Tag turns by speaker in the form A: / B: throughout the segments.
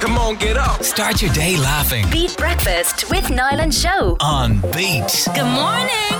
A: Come on, get up.
B: Start your day laughing
C: Beat Breakfast with Niall and Show.
B: on Beat
C: Good morning.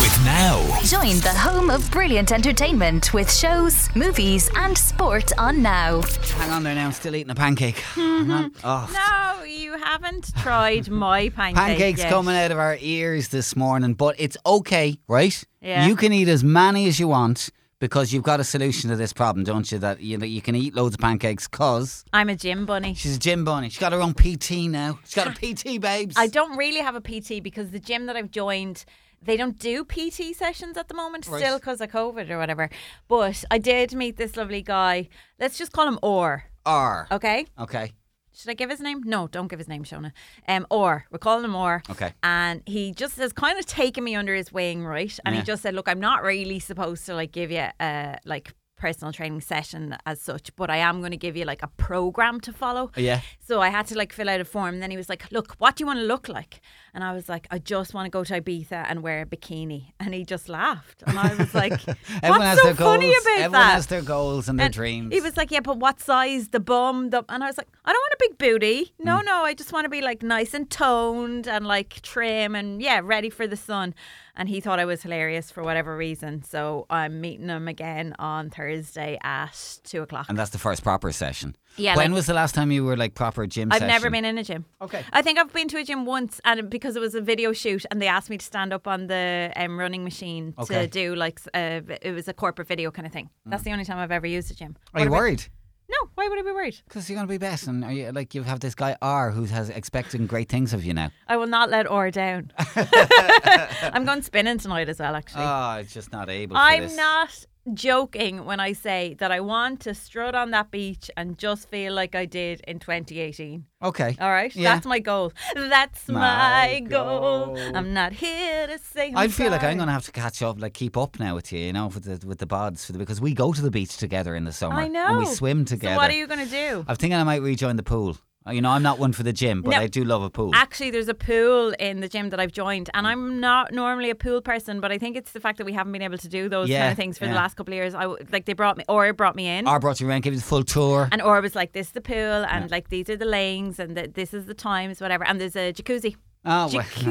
B: with Now.
C: Join the home of brilliant entertainment with shows, movies, and sport on Now.
D: Hang on there now, I'm still eating a pancake. Not- oh,
E: No, you haven't tried my pancake.
D: pancakes
E: yet.
D: coming out of our ears this morning, but it's okay, right?
E: Yeah.
D: You can eat as many as you want because you've got a solution to this problem, don't you? That you know you can eat loads of pancakes because
E: I'm a gym bunny.
D: she's a gym bunny. She's got her own PT now. She's got a PT, babes.
E: I don't really have a PT because the gym that I've joined, they don't do PT sessions at the moment,
D: Right.
E: still because of COVID or whatever. But I did meet this lovely guy. Let's just call him Orr.
D: R.
E: Okay.
D: Okay.
E: Should I give his name? No, don't give his name, Shona. Um, Orr. We're calling him Orr.
D: Okay.
E: And he just has kind of taken me under his wing, right? And
D: Yeah.
E: he just said, "Look, I'm not really supposed to like give you a like personal training session as such, but I am going to give you like a program to follow."
D: Yeah.
E: So I had to like fill out a form. And then he was like, "Look, what do you want to look like?" And I was like, "I just want to go to Ibiza and wear a bikini." And he just laughed, and I was like,
D: Everyone
E: "What's
D: has
E: so
D: their goals.
E: funny about
D: Everyone
E: that?"
D: has their goals and their
E: And
D: dreams.
E: He was like, "Yeah, but what size? The bum?" The... And I was like, "I don't want a big booty. No,
D: Mm.
E: no, I just want to be like nice and toned and like trim and yeah, ready for the sun." And he thought I was hilarious for whatever reason. So I'm meeting him again on Thursday at two o'clock.
D: and that's the first proper session.
E: Yeah,
D: When
E: like-
D: was the last time you were like proper gym?
E: I've
D: session? Oh.
E: never been in a gym.
D: Okay.
E: I think I've been to a gym once, and because it was a video shoot, and they asked me to stand up on the um, running machine
D: Okay. Mm.
E: to do like s- uh, v- it was a corporate video kind of thing. That's the only time I've ever used a gym.
D: Are you
E: What about-
D: worried?
E: No. Why would I be worried?
D: Because you're going to be best, and are you, like you have this guy R who has expecting great things of you now.
E: I will not let Orr down. I'm going spinning tonight as well, actually.
D: Oh, it's just not able.
E: I'm not joking when I say that I want to strut on that beach and just feel like I did in 2018.
D: Okay.
E: All right?
D: Yeah.
E: That's my goal. That's
D: My
E: my, goal.
D: goal.
E: I'm not here to say I'm
D: I feel like I'm
E: sorry.
D: going to have to catch up, like keep up now with you, you know, with the with the bods, for the, because we go to the beach together in the summer.
E: I know.
D: And we swim together.
E: So what are you going to do?
D: I'm thinking I might rejoin the pool. Uh, You know, I'm not one for the gym, but
E: No.
D: I do love a pool.
E: Actually, there's a pool in the gym that I've joined, and I'm not normally a pool person, but I think it's the fact that we haven't been able to do those
D: Yeah,
E: kind of things for
D: yeah.
E: the last couple of years. I w- like they brought me, or brought me in,
D: R brought you around, gave you the full tour.
E: And Orb was like, this is the pool, and like these are the lanes, and the, this is the times, whatever. And there's a jacuzzi.
D: Oh, well,
E: Jacuzzi.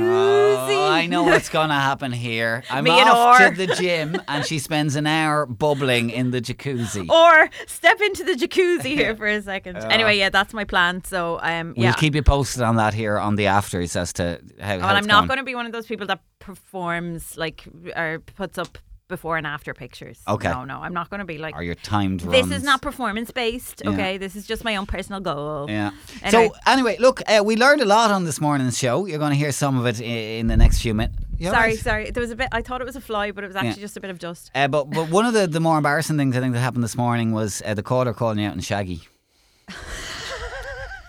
D: oh, I know what's going to happen here. I'm
E: Me and
D: off
E: Or.
D: to the gym, and she spends an hour bubbling in the jacuzzi.
E: Or step into the jacuzzi here for a second. anyway, yeah, that's my plan. So, um,
D: We'll
E: yeah.
D: keep you posted on that here on the afters as to how.
E: well, I'm not going to be one of those people that performs like or puts up before and after pictures.
D: Okay.
E: No, no, I'm not going to be like.
D: Are your timed
E: this
D: runs?
E: is not performance based.
D: Yeah.
E: Okay, this is just my own personal goal.
D: Yeah.
E: Anyway.
D: So anyway, look, uh, we learned a lot on this morning's show. You're going to hear some of it i- in the next few minutes.
E: Sorry, sorry. There was a bit. I thought it was a fly, but it was actually just a bit of dust.
D: Uh, but but one of the, the more embarrassing things I think that happened this morning was uh, the caller calling you out and Shaggy.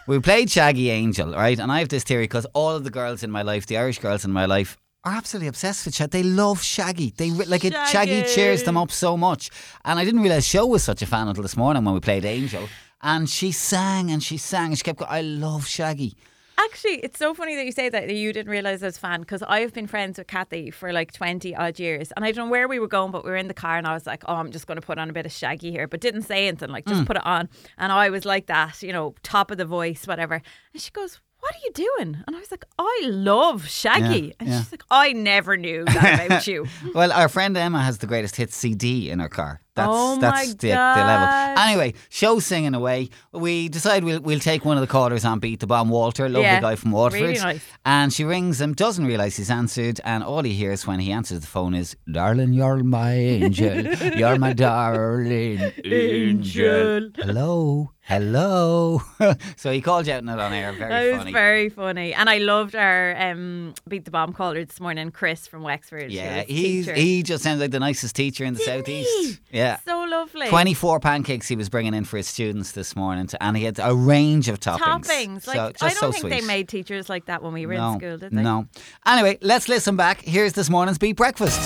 D: we played Shaggy Angel, right? And I have this theory because all of the girls in my life, the Irish girls in my life, are absolutely obsessed with Shaggy. They love Shaggy. They re- like it. Shaggy cheers them up so much. And I didn't realize Show was such a fan until this morning when we played Angel. And she sang and she sang and she kept going. I love Shaggy.
E: Actually, it's so funny that you say that that you didn't realize I was a fan because I've been friends with Kathy for like 20 odd years. And I don't know where we were going, but we were in the car and I was like, oh, I'm just going to put on a bit of shaggy here, but didn't say anything, like
D: Mm.
E: just put it on. And I was like that, you know, top of the voice, whatever. And she goes, what are you doing? And I was like, I love Shaggy.
D: Yeah,
E: and
D: yeah.
E: she's like, I never knew that about you.
D: Well, our friend Emma has the greatest hit CD in her car. That's
E: Oh
D: that's
E: my
D: the, the level.
E: God.
D: Anyway, show singing away. We decide we'll we'll take one of the callers on beat the bomb Walter, lovely
E: Yeah,
D: guy from Waterford.
E: really nice.
D: And she rings him, doesn't realise he's answered, and all he hears when he answers the phone is, "Darling, you're my angel, you're my darling angel." Hello, hello. so he called you out on it on air. Very
E: That was
D: funny.
E: very funny. And I loved our um, Beat the Bomb caller this morning, Chris from Wexford. who
D: yeah,
E: was a
D: he's,
E: teacher.
D: he just sounds like the nicest teacher in the
E: Didn't he?
D: southeast. Yeah.
E: So lovely.
D: 24 pancakes he was bringing in for his students this morning, to, and he had a range of toppings.
E: toppings. Like
D: So-
E: I
D: just
E: don't
D: so
E: think
D: sweet.
E: they made teachers like that when we were
D: no,
E: in school, did they?
D: No. Anyway, let's listen back. Here's this morning's Beat Breakfast.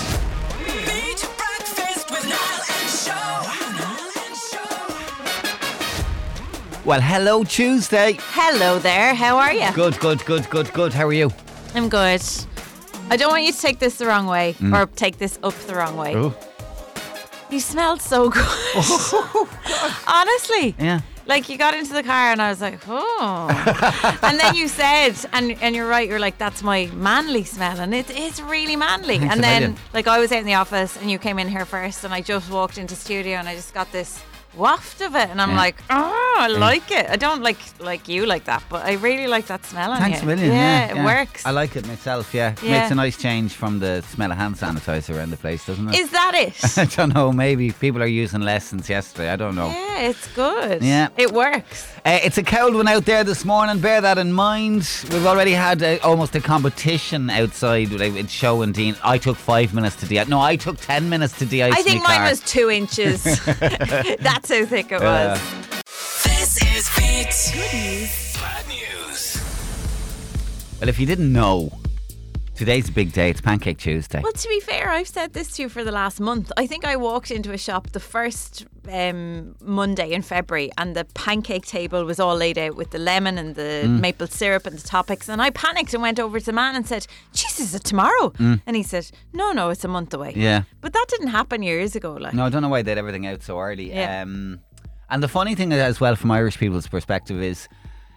A: Beat breakfast with Niall and Show.
D: Well, hello Tuesday.
E: Hello there. How are you?
D: Good, good, good, good, good. How are you?
E: I'm good. I don't want you to take this the wrong way
D: Mm.
E: or take this up the wrong way. You smelled so good.
D: Oh,
E: Honestly.
D: Yeah.
E: Like you got into the car and I was like, oh. and then you said, and and you're right. You're like, that's my manly smell, and it is really manly.
D: Thanks
E: and
D: a
E: then
D: million.
E: like I was out in the office and you came in here first, and I just walked into studio and I just got this waft of it, and I'm
D: Yeah.
E: like, oh, I like it. I don't like like you like that, but I really like that smell on
D: Thanks a
E: you.
D: million. Yeah,
E: it
D: yeah.
E: works.
D: I like it myself. Yeah.
E: Yeah.
D: makes a nice change from the smell of hand sanitizer around the place, doesn't it?
E: is that it?
D: I don't know. Maybe people are using less since yesterday. I don't know.
E: Yeah, it's good.
D: Yeah.
E: It works.
D: Uh, it's a cold one out there this morning. Bear that in mind. We've already had uh, almost a competition outside like, with Show and Dean. I took five minutes to de No, I took ten minutes to de-ice
E: I think
D: my
E: mine
D: car.
E: was two inches. That's how thick it
D: Yeah.
E: was.
A: This is Beat.
B: Bad news.
D: Well, if you didn't know, today's a big day. It's Pancake Tuesday.
E: Well, to be fair, I've said this to you for the last month. I think I walked into a shop the first um, Monday in February, and the pancake table was all laid out with the lemon and the
D: Mm.
E: maple syrup and the toppings. And I panicked and went over to the man and said, "Jesus, is it tomorrow?" And he said, "No, no, it's a month away."
D: Mm. Yeah.
E: but that didn't happen years ago. Like,
D: No, I don't know why they had everything out so early.
E: Yeah.
D: Um, and the funny thing as well, from Irish people's perspective, is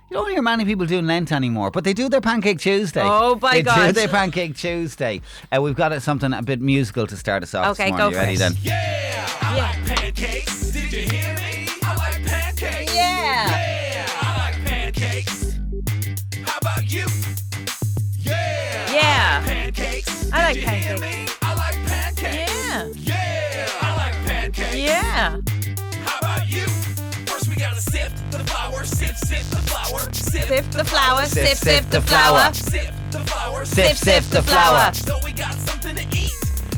D: you don't hear many people doing Lent anymore, but they do their Pancake Tuesday.
E: Oh, by
D: they do
E: God.
D: their Pancake Tuesday. Uh, we've got uh, something a bit musical to start us off.
E: Okay,
D: this
E: go
D: morning. You
E: for
D: ready
E: it.
D: then?
B: Pancakes. Did you hear me?
A: I like pancakes.
E: yeah.
A: Yeah, I like pancakes. How about you? Yeah,
E: yeah.
A: pancakes.
E: I like
A: Did you hear
E: pancakes.
A: me? I like pancakes.
E: Yeah.
A: Yeah, I like pancakes.
E: Yeah.
A: How about you? First we gotta sift the flour, sip, sip the flour, sip,
E: Sip the flour, sip, sip, the flour.
A: sip the flour,
E: Sip, sip the flour.
A: So we got something to eat.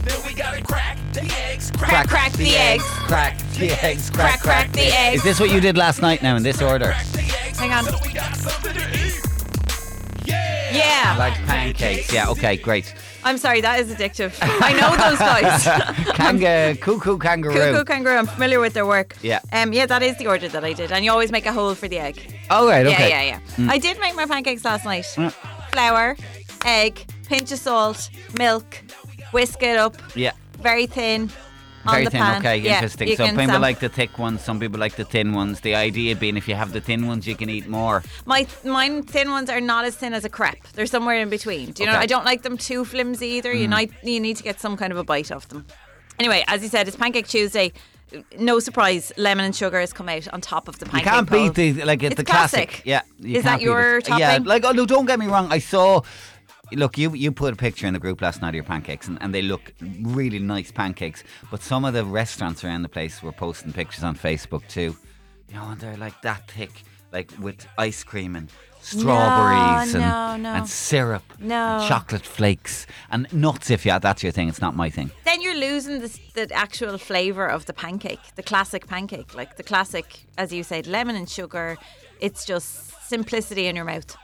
A: Then we gotta crack the eggs,
E: Crack, crack the eggs.
D: Crack the eggs.
E: Crack, crack the
D: Is
E: eggs.
D: this what you did last night now in this order?
A: crack the eggs.
E: Hang on.
A: So we got something to eat. Yeah.
E: Yeah.
D: Like pancakes. Yeah, okay, great.
E: I'm sorry, that is addictive. I know those guys.
D: Kanga, cuckoo kangaroo.
E: Cuckoo kangaroo, I'm familiar with their work.
D: Yeah.
E: Um, yeah, that is the order that I did. And you always make a hole for the egg.
D: All Oh, right, okay. Mm.
E: Yeah, yeah, yeah. I did make my pancakes last night.
D: Yeah.
E: Flour, egg, pinch of salt, milk, whisk it up,
D: Yeah.
E: very thin.
D: Very
E: on the
D: thin,
E: pan.
D: okay,
E: yeah,
D: interesting.
E: you
D: So
E: can
D: people
E: sam-
D: like the thick ones, some people like the thin ones. The idea being if you have the thin ones, you can eat more.
E: my mine thin ones are not as thin as a crepe. They're somewhere in between. Do you know?
D: Okay. Mm.
E: I don't like them too flimsy either. You need you need to get some kind of a bite off them. Anyway, as you said, it's Pancake Tuesday. No surprise, lemon and sugar has come out on top of the
D: You
E: pancake.
D: can't beat
E: bowl.
D: the like it's,
E: It's
D: the classic.
E: classic.
D: Yeah, you
E: Is that
D: can't beat
E: your
D: it. Yeah,
E: topping?
D: like oh no, don't get me wrong. I saw. Look, you you put a picture in the group last night of your pancakes, and, and they look really nice pancakes. But some of the restaurants around the place were posting pictures on Facebook too. You know, and they're like that thick, like with ice cream and strawberries
E: No,
D: and,
E: no, no.
D: and syrup
E: No.
D: and chocolate flakes and nuts. If yeah, that's your thing. It's not my thing.
E: Then you're losing the, the actual flavour of the pancake, the classic pancake, like the classic, as you said, lemon and sugar. It's just simplicity in your mouth.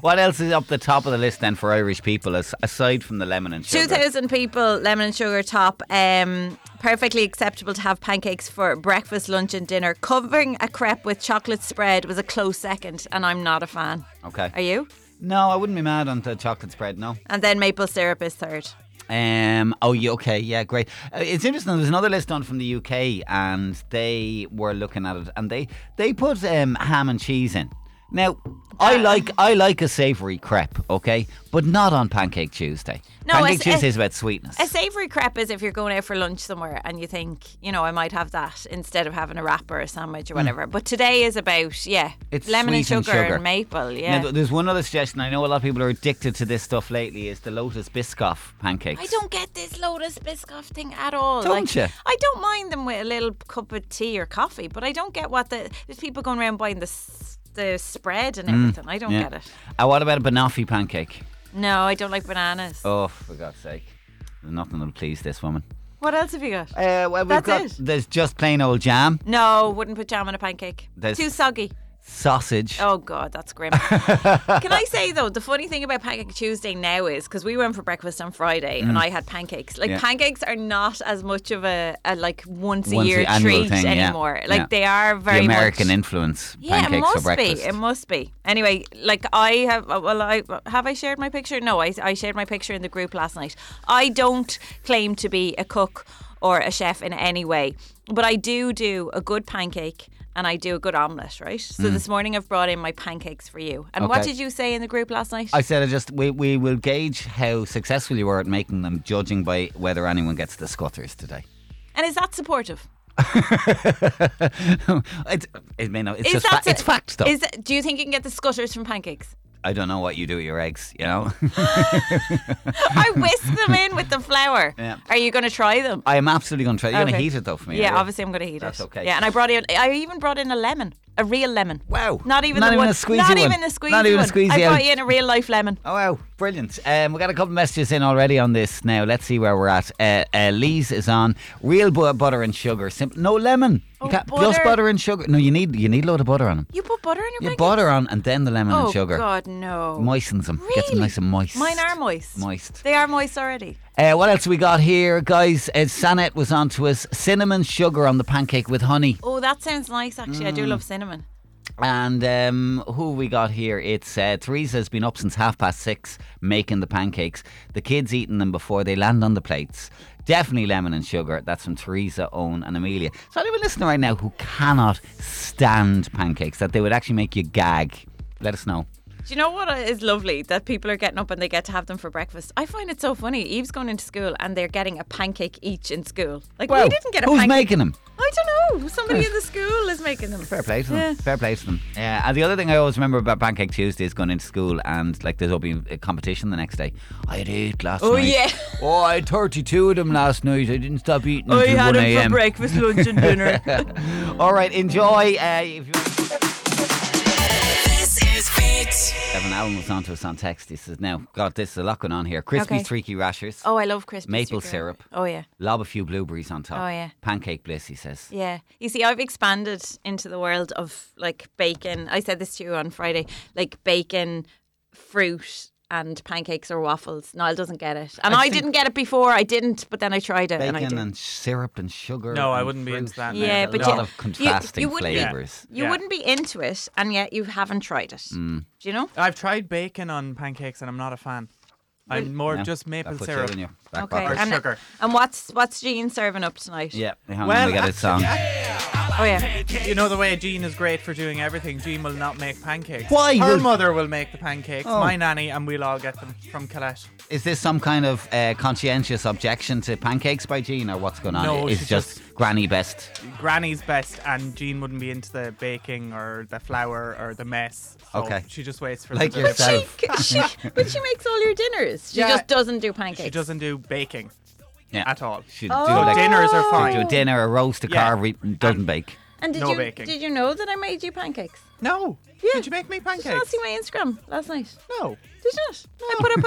D: What else is up the top of the list then for Irish people, as, aside from the lemon and sugar?
E: 2,000 people, lemon and sugar top. Um, perfectly acceptable to have pancakes for breakfast, lunch, and dinner. Covering a crepe with chocolate spread was a close second, and I'm not a fan.
D: Okay.
E: Are you?
D: No, I wouldn't be mad on the chocolate spread. No.
E: And then maple syrup is third.
D: Um. Oh, yeah, okay. Yeah, great. Uh, it's interesting. There was another list done from the UK, and they were looking at it, and they they put um, ham and cheese in. Now,
E: Uh.
D: I like I like a savoury crepe, okay, but not on Pancake Tuesday.
E: No,
D: Pancake
E: it's-
D: Tuesday is about sweetness.
E: A savoury crepe is if you're going out for lunch somewhere and you think, you know, I might have that instead of having a wrap or a sandwich or whatever. But today is about, yeah,
D: Hmm. It's
E: lemon and
D: sweet and
E: sugar,
D: sugar.
E: maple.
D: Now,
E: Yeah.
D: th- there's one other suggestion. I know a lot of people are addicted to this stuff lately. Is the Lotus Biscoff pancakes?
E: I don't get this Lotus Biscoff thing at all.
D: Don't ya?
E: I don't mind them with a little cup of tea or coffee, but I don't get what the there's people going around buying the s- the spread and everything. I don't
D: Mm. Yeah.
E: get it.
D: Uh, what about a banoffee pancake?
E: No, I don't like bananas.
D: Oh, for God's sake! There's nothing will please this woman.
E: What else have you got?
D: Uh, well, we've
E: That's
D: got
E: it.
D: there's just plain old jam,
E: No, wouldn't put jam on a pancake.
D: There's-
E: Too soggy.
D: sausage.
E: Oh God, that's grim. Can I say though, the funny thing about Pancake Tuesday now is because we went for breakfast on Friday and I had pancakes. Like
D: Mm. Yeah.
E: pancakes are not as much of a, a like once a
D: Once
E: year
D: the annual
E: treat
D: thing, yeah.
E: anymore. Like
D: Yeah.
E: they are very
D: the American
E: much,
D: influence.
E: yeah, it
D: pancakes
E: must
D: for breakfast.
E: be. It must be. Anyway, like I have. uh, Well, I have I shared my picture. No, I, I shared my picture in the group last night. I don't claim to be a cook or a chef in any way, but I do do a good pancake and I do a good omelette, right? So this morning I've brought in my pancakes for you. And what
D: Hmm. Okay.
E: did you say in the group last night?
D: I said I just we, we will gauge how successful you were at making them, judging by whether anyone gets the scutters today.
E: and is that supportive?
D: it, it may not. It's
E: is
D: just fa-
E: that su-
D: it's fact though.
E: Is that- do you think you can get the scutters from pancakes?
D: I don't know what you do with your eggs. You know,
E: I whisk them in with the flour.
D: Yeah.
E: Are you going to try them?
D: I am absolutely going to try. You're going
E: Okay.
D: to heat it though for me.
E: Yeah,
D: are you?
E: obviously I'm going to heat
D: That's
E: it.
D: okay.
E: Yeah, and I brought in. I even brought in a lemon, a real lemon.
D: Wow.
E: Not even
D: Not
E: the
D: even
E: one,
D: a squeezy
E: Not
D: one.
E: even a squeezy.
D: Not even a
E: one.
D: squeezy
E: I
D: out.
E: brought you in a real life lemon.
D: Oh wow, brilliant! Um, we got a couple of messages in already on this. Now let's see where we're at. Uh, uh, Lee's is on real bu- butter and sugar. Simple, no lemon.
E: Oh,
D: you can't, Just
E: butter.
D: butter and sugar. No, you need you need a load of butter on them.
E: You put butter in your
D: You
E: pancakes?
D: butter on and then the lemon
E: Oh
D: and sugar.
E: God, no.
D: Moistens them. Gets them
E: Really?
D: nice and moist.
E: Mine are moist.
D: Moist.
E: They are moist already.
D: Uh, what else we got here, guys? Uh, Sanet was on to us. Cinnamon sugar on the pancake with honey.
E: Oh, that sounds nice. Actually, I do
D: Mm.
E: love cinnamon.
D: And um, who we got here? It's uh, Teresa's been up since half past six making the pancakes. The kids eating them before they land on the plates. Definitely lemon and sugar. That's from Teresa, Owen, and Amelia. So anyone listening right now who cannot stand pancakes, that they would actually make you gag. Let us know.
E: Do you know what is lovely? That people are getting up and they get to have them for breakfast. I find it so funny. Eve's going into school and they're getting a pancake each in school. Like we didn't get a
D: who's
E: pancake.
D: making them?
E: I don't know. Somebody in the school is making them.
D: Fair play to them. Fair play to them. Yeah. And the other thing I always remember about Pancake Tuesday is going into school and like there's always a competition the next day. I had eight last
E: Oh,
D: night.
E: yeah.
D: Oh, I had 32 of them last night. I didn't stop eating
E: I
D: until
E: Oh, had
D: 1
E: them for
D: a.m.
E: breakfast, lunch, and dinner.
D: All right, enjoy. Uh, if you Evan Allen was on to us on text. He says, "Now, God, this is a lot going on here. Crispy
E: Okay.
D: streaky rashers,
E: oh, I love Christmas.
D: Maple syrup.
E: Oh yeah.
D: lob a few blueberries on top.
E: Oh, yeah.
D: pancake bliss." He says,
E: Yeah. You see, I've expanded into the world of like bacon. I said this to you on Friday like bacon, fruit, and pancakes or waffles. Niall doesn't get it. And I,
D: think-
E: didn't get it before. I didn't, but then I tried it and I
D: "Bacon
E: did.
D: and syrup and sugar."
B: No, I
D: and
B: wouldn't be
D: fruit.
B: into that now.
E: yeah,
B: There's
E: but
D: a lot
E: you-
D: of contrasting
E: you, you wouldn't be-
D: flavors.
E: You
B: Yeah.
E: wouldn't be into it, and yet you haven't tried it.
D: Mm.
E: Do you know?
B: I've tried bacon on pancakes and I'm not a fan. I'm more
D: Yeah,
B: just maple
D: that's what
B: syrup.
D: you're in your back
E: Okay.
D: pocket.
E: And,
B: sugar.
E: and what's what's Jean serving up tonight?
D: Yeah, hang on,
B: Well,
D: we got a song.
E: Oh yeah.
B: You know the way Jean is great for doing everything. Jean will not make pancakes.
D: Why
B: Her
D: will-
B: mother will make the pancakes.
D: Oh.
B: My nanny, and we'll all get them from Colette.
D: Is this some kind of uh, conscientious objection to pancakes by Jean, or what's going on?
B: No,
D: it's
B: she's
D: just, granny best.
B: Granny's best, and Jean wouldn't be into the baking or the flour or the mess. So
D: Okay.
B: She just waits for
D: Like
B: the
D: yourself.
E: She, she, but she makes all your dinners. She
B: Yeah.
E: just doesn't do pancakes.
B: She doesn't do baking
D: Yeah.
B: at all.
D: She'd
E: Oh.
D: do
B: So
D: like
B: dinners are
D: she'd
B: fine.
D: do a dinner, a roast, a
B: Yeah.
D: carvery, doesn't bake.
E: And did
B: No
E: you
B: baking.
E: did you know that I made you pancakes?
B: No.
E: Yeah.
B: Did you make me
E: Did you not
B: pancakes?
E: see my Instagram last night?
B: No.
E: Did you not? I put up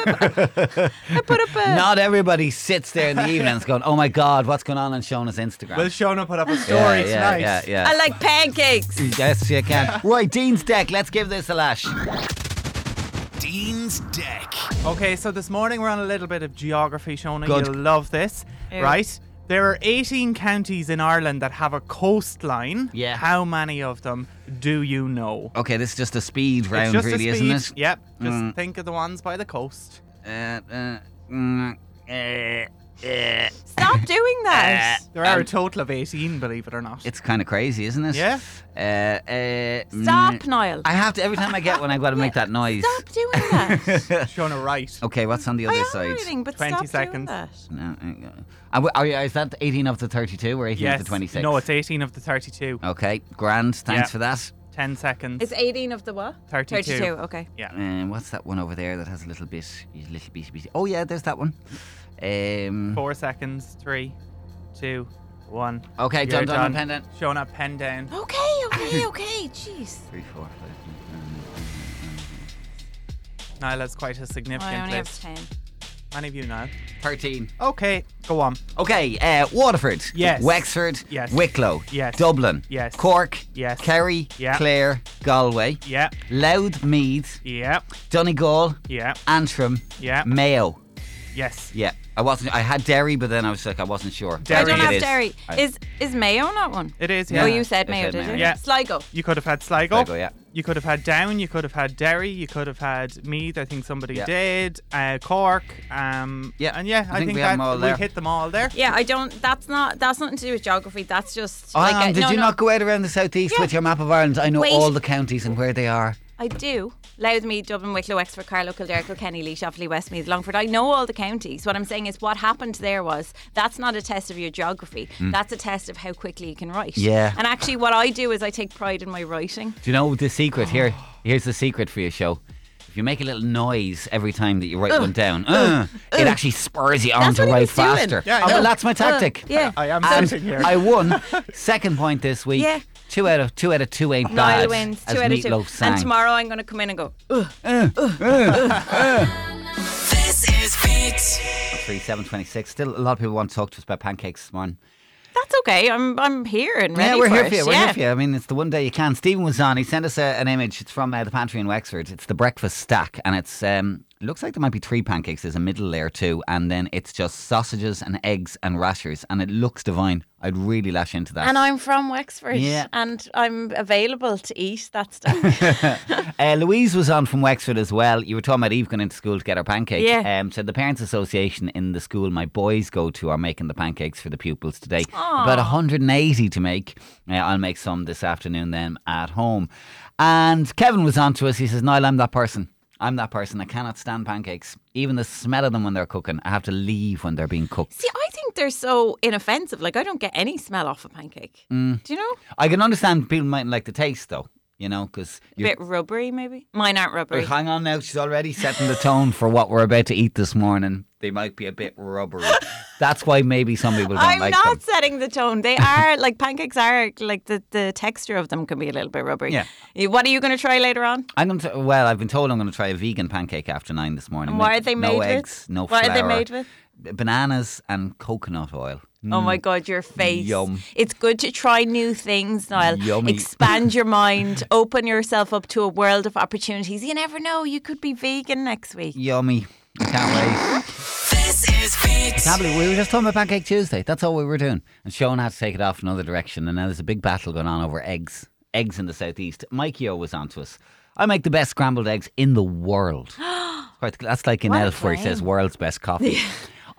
E: a I put up a
D: Not everybody sits there in the evenings going, "Oh my God, what's going on on Shona's Instagram?"
B: Well, Shona put up a story
D: yeah, yeah,
B: tonight.
D: yeah, yeah.
E: I like pancakes.
D: Yes, you can. Right, Dean's deck. Let's give this a lash.
A: Dean's Deck.
B: Okay, so this morning we're on a little bit of geography, Shona.
D: Good.
B: You'll love this,
E: Yeah.
B: right? There are 18 counties in Ireland that have a coastline.
D: Yeah.
B: How many of them do you know?
D: Okay, this is just a speed round,
B: just a
D: really,
B: speed-
D: isn't it? Mm.
B: Yep. Just think of the ones by the coast.
D: Yeah. Uh, uh, mm, eh, eh.
E: Stop doing that.
B: There are a total of 18, believe it or not.
D: It's kind of crazy, isn't it?
B: Yeah.
D: Uh, uh,
E: Stop,
D: mm.
E: Niall.
D: I have to every time I get one, I've got to make that noise.
E: Stop doing that.
B: Shona, right?
D: Okay, what's on the
E: I
D: other
E: am
D: side?
E: reading, but
B: 20
E: stop doing
B: seconds.
E: that.
D: No, uh, hang on. And we- are you- oh, is that 18 of the 32 or 18
B: Yes.
D: of the Oh. 26?
B: No, it's 18 of the 32.
D: Okay, grand. Thanks
B: Yeah.
D: for that.
B: 10 seconds.
E: It's 18 of the what?
B: 32.
E: 32, okay.
B: yeah.
D: Um, what's that one over there that has a little bit, a little bit, bit? Oh yeah, there's that one. Um,
B: Four seconds. Three, two, one.
D: Okay,
B: You're
D: done, done,
B: done.
D: pen down.
B: Shona, pen down.
E: Okay, okay, okay. Jeez.
D: Three, four, five, six,
B: Nyla's quite a significant
E: I only have
B: list.
E: 10.
B: Many of you know.
D: Thirteen.
B: Okay, go on.
D: Okay, uh, Waterford.
B: Yes.
D: Wexford.
B: Yes.
D: Wicklow.
B: Yes.
D: Dublin.
B: Yes.
D: Cork.
B: Yes.
D: Kerry.
B: Yeah.
D: Clare. Galway.
B: Yeah,
D: Louthmead.
B: yeah,
D: Donegal.
B: yeah,
D: Antrim.
B: Yeah.
D: Mayo.
B: yes.
D: Yeah. I wasn't. I had Derry, but then I was like, I wasn't sure.
E: I
B: Derry
E: don't
B: it
E: have
D: is.
E: dairy.
D: I-
E: Is is mayo not one?
B: It is,
E: Oh,
B: yeah.
E: you said
D: I
E: mayo,
D: said
E: did
D: mayo,
E: you?
B: yeah.
E: Sligo.
B: You could have had Sligo.
D: There you go, yeah.
B: You could have had Down, you could have had Derry, you could have had Meath, I think somebody
D: Yeah.
B: did, uh, Cork, um,
D: Yeah,
B: and yeah,
D: I
B: I,
D: think
B: think,
D: we had
B: that
D: them all
B: we
D: there.
B: hit them all there.
E: Yeah, I don't. That's not. That's nothing to do with geography. That's just.
D: Oh,
E: like
D: hang
E: a-
D: on, did
E: no,
D: you
E: no,
D: not go out around the southeast
E: Yeah.
D: with your map of Ireland? I know
E: Wait.
D: all the counties and where they are.
E: I do. Louthmead, Dublin, Wicklow, Wexford, Carlow, Kildare, Kilkenny, Leash, Offaly, Westmeath, Longford. I know all the counties. What I'm saying is, what happened there was that's not a test of your geography. That's a test of how quickly you can write.
D: Mm. Yeah.
E: And actually, what I do is I take pride in my writing.
D: Do you know the secret? Here, here's the secret for your show. If you make a little noise every time that you write one down, uh, it actually spurs you on
E: That's
D: to
E: what he
D: write
E: was doing.
D: faster.
B: Yeah, I
D: Oh, well,
B: know.
D: that's my tactic.
E: yeah.
B: I am
D: And
B: sitting here.
D: I won. Second point this week.
E: Yeah.
D: Two out of two out of two ain't
E: Niall
D: bad.
E: wins
D: as
E: two out of
D: Meatloaf
E: two.
D: sang.
E: And tomorrow I'm going to come in and go. Ugh.
F: This is Beat.
D: Three seven twenty six. Still, a lot of people want to talk to us about pancakes this morning.
E: That's okay. I'm I'm here and ready
D: Yeah, we're
E: for
D: here
E: it.
D: for you. We're
E: yeah.
D: here for you. I mean, it's the one day you can. Stephen was on. He sent us a, an image. It's from uh, the pantry in Wexford. It's the breakfast stack, and it's um, it looks like there might be three pancakes. There's a middle layer too, and then it's just sausages and eggs and rashers, and it looks divine. I'd really lash into that.
E: And I'm from Wexford.
D: Yeah.
E: And I'm available to eat that stuff.
D: Uh, Louise was on from Wexford as well. You were talking about Eve going into school to get her pancakes.
E: Yeah.
D: Um, so the parents' association in the school my boys go to are making the pancakes for the pupils today. About 180 to make. Uh, I'll make some this afternoon then at home. And Kevin was on to us. He says, Niall, I'm that person. I'm that person. I cannot stand pancakes. Even the smell of them when they're cooking. I have to leave when they're being cooked.
E: See, I think they're so inoffensive. Like I don't get any smell off a pancake.
D: Mm.
E: Do you know?
D: I can understand people mightn't like the taste though. You know, because
E: A bit rubbery, maybe. Mine aren't
D: But
E: rubbery.
D: hang on now, she's already setting the tone for what we're about to eat this morning. They might be a bit rubbery. That's why maybe some people don't
E: I'm
D: like them.
E: not setting the tone. They are like pancakes are like the, the texture of them can be a little bit rubbery.
D: Yeah.
E: Eh, What are you going to try later on?
D: I'm going to, well, I've been told I'm going to try a vegan pancake after nine this morning.
E: And why are they
D: no
E: made with?
D: eggs, no
E: What
D: flour.
E: are they made with?
D: Bananas and coconut oil.
E: Oh my God, your face.
D: Mm. Yum.
E: It's good to try new things, Niall.
D: Yummy.
E: Expand your mind, open yourself up to a world of opportunities. You never know, you could be vegan next week.
D: Yummy. I can't wait.
F: This is Beat.
D: Can't believe we were just talking about Pancake Tuesday. That's all we were doing. And Sean had to take it off another direction. And now there's a big battle going on over eggs. Eggs in the southeast. Mikey O was onto us. I make the best scrambled eggs in the world. Quite- That's like in
E: What a
D: Elf where he says
E: claim.
D: world's best coffee.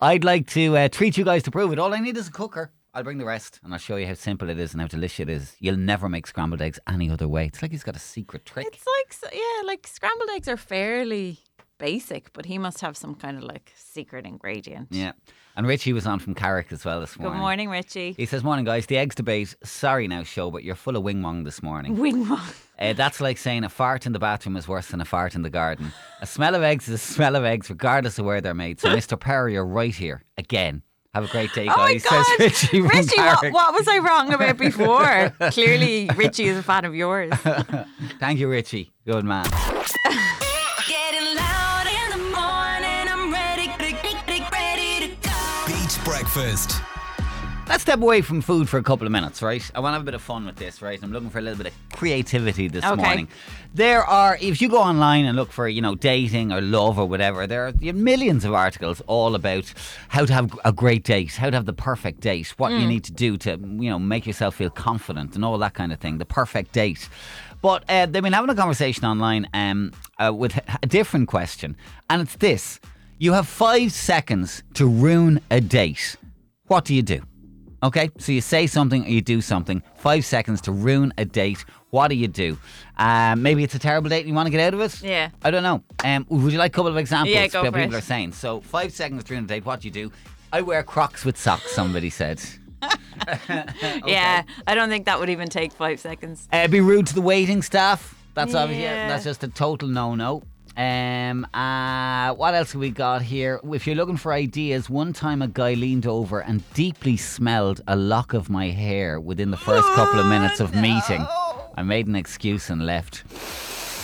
D: I'd like to uh, treat you guys to prove it. All I need is a cooker. I'll bring the rest and I'll show you how simple it is and how delicious it is. You'll never make scrambled eggs any other way. It's like he's got a secret trick.
E: It's like, s- yeah, like scrambled eggs are fairly basic, but he must have some kind of like secret ingredient.
D: yeah. And Richie was on from Carrick as well this
E: Good
D: morning.
E: morning, Richie.
D: He says, Morning, guys. The eggs debate. Sorry now, show, but you're full of wingmong this morning.
E: Wing wong.
D: Uh, that's like saying a fart in the bathroom is worse than a fart in the garden. A smell of eggs is a smell of eggs, regardless of where they're made. So, Mr. Perry, you're right here again. Have a great day,
E: Oh my
D: guys.
E: God.
D: Says Richie. from
E: Richie, what,
D: Carrick.
E: what was I wrong about before? Clearly, Richie is a fan of yours.
D: Thank you, Richie. Good man.
F: Getting loud in the morning. I'm ready, ready, ready to go.
A: Beat breakfast.
D: Let's step away from food for a couple of minutes, right? I want to have a bit of fun with this, right? I'm looking for a little bit of creativity this
E: Okay.
D: morning. There are, if you go online and look for, you know, dating or love or whatever, there are millions of articles all about how to have a great date, how to have the perfect date, what you need to do to, you know, make yourself feel confident and all that kind of thing. The perfect date. But uh, they've been having a conversation online um, uh, with a different question, and it's this: you have five seconds to ruin a date. What do you do? Okay, so you say something or you do something. Five seconds to ruin a date. What do you do? Um, maybe it's a terrible date and you want to get out of it?
E: Yeah.
D: I don't know. Um, would you like a couple of examples
E: Yeah, go
D: that
E: for
D: people
E: it.
D: are saying? So, five seconds to ruin a date. What do you do? I wear Crocs with socks, somebody said.
E: Yeah, I don't think that would even take five seconds.
D: Uh, be rude to the waiting staff. That's obviously
E: Yeah.
D: that's just a total no no. Um, uh, what else have we got here? If you're looking for ideas, one time a guy leaned over and deeply smelled a lock of my hair within the first couple of minutes of meeting. I made an excuse and left.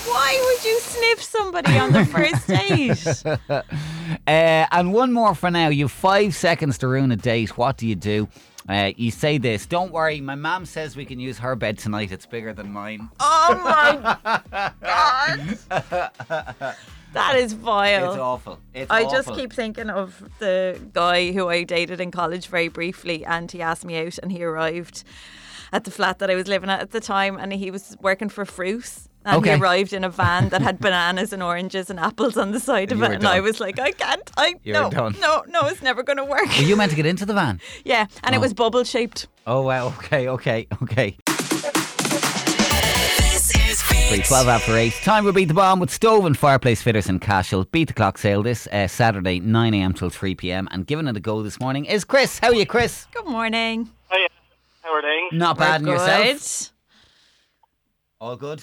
E: Why would you sniff somebody on the first date?
D: Uh, and one more for now. You've five seconds to ruin a date. What do you do? Uh, you say this. Don't worry. My mom says we can use her bed tonight. It's bigger than mine.
E: Oh my god, that is vile.
D: It's awful. It's
E: Oh. I
D: awful.
E: just keep thinking of the guy who I dated in college very briefly, and he asked me out, and he arrived at the flat that I was living at at the time, and he was working for Fruits. And
D: Okay.
E: he arrived in a van that had bananas and oranges and apples on the
D: And
E: side of
D: you
E: it.
D: were
E: And I
D: done.
E: was like, I can't. I
D: You were
E: no,
D: done.
E: no, no, it's never going to work.
D: Were you meant to get into the van?
E: yeah, and it was bubble shaped.
D: Oh, wow. Okay, okay, okay.
F: This is
D: Three,
F: Beat.
D: 12 after 8. Time we beat the bomb with Stove and Fireplace Fitters in Cashel. Beat the clock sale this uh, Saturday, 9am till 3pm. And giving it a go this morning is Chris. How are you, Chris?
E: Good morning.
G: Oh, yeah. How are things?
D: Not bad and
E: We're
D: yourself?
E: good.
D: All good.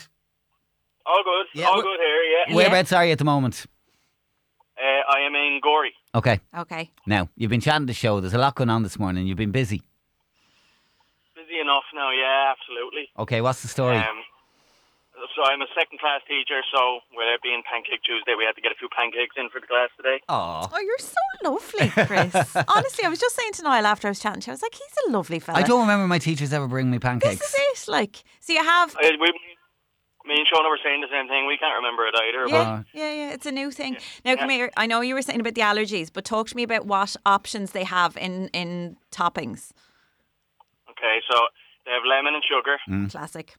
G: All good.
D: Yeah,
G: All
D: we-
G: good here, yeah.
D: Whereabouts are you at the moment?
G: Uh, I am in Gorey.
D: Okay.
E: Okay.
D: Now, you've been chatting the show. There's a lot going on this morning. You've been busy.
G: Busy enough now, yeah, absolutely.
D: Okay, what's the story?
G: Um, so I'm a second class teacher, so without being Pancake Tuesday, we had to get a few pancakes in for the class today.
D: Aw.
E: Oh, you're so lovely, Chris. Honestly, I was just saying to Niall after I was chatting to you, I was like, he's a lovely fella.
D: I don't remember my teachers ever bringing me pancakes.
E: This is it. Like, so you have.
G: I, Uh, we, me and Shona were saying the same thing. We can't remember it either. but
D: Uh,
E: Yeah, yeah, yeah. It's a new thing. Now, come here. I know you were saying about the allergies, but talk to me about what options they have in in toppings.
G: Okay, so they have lemon and sugar.
E: Mm.
D: Mm.
E: Classic.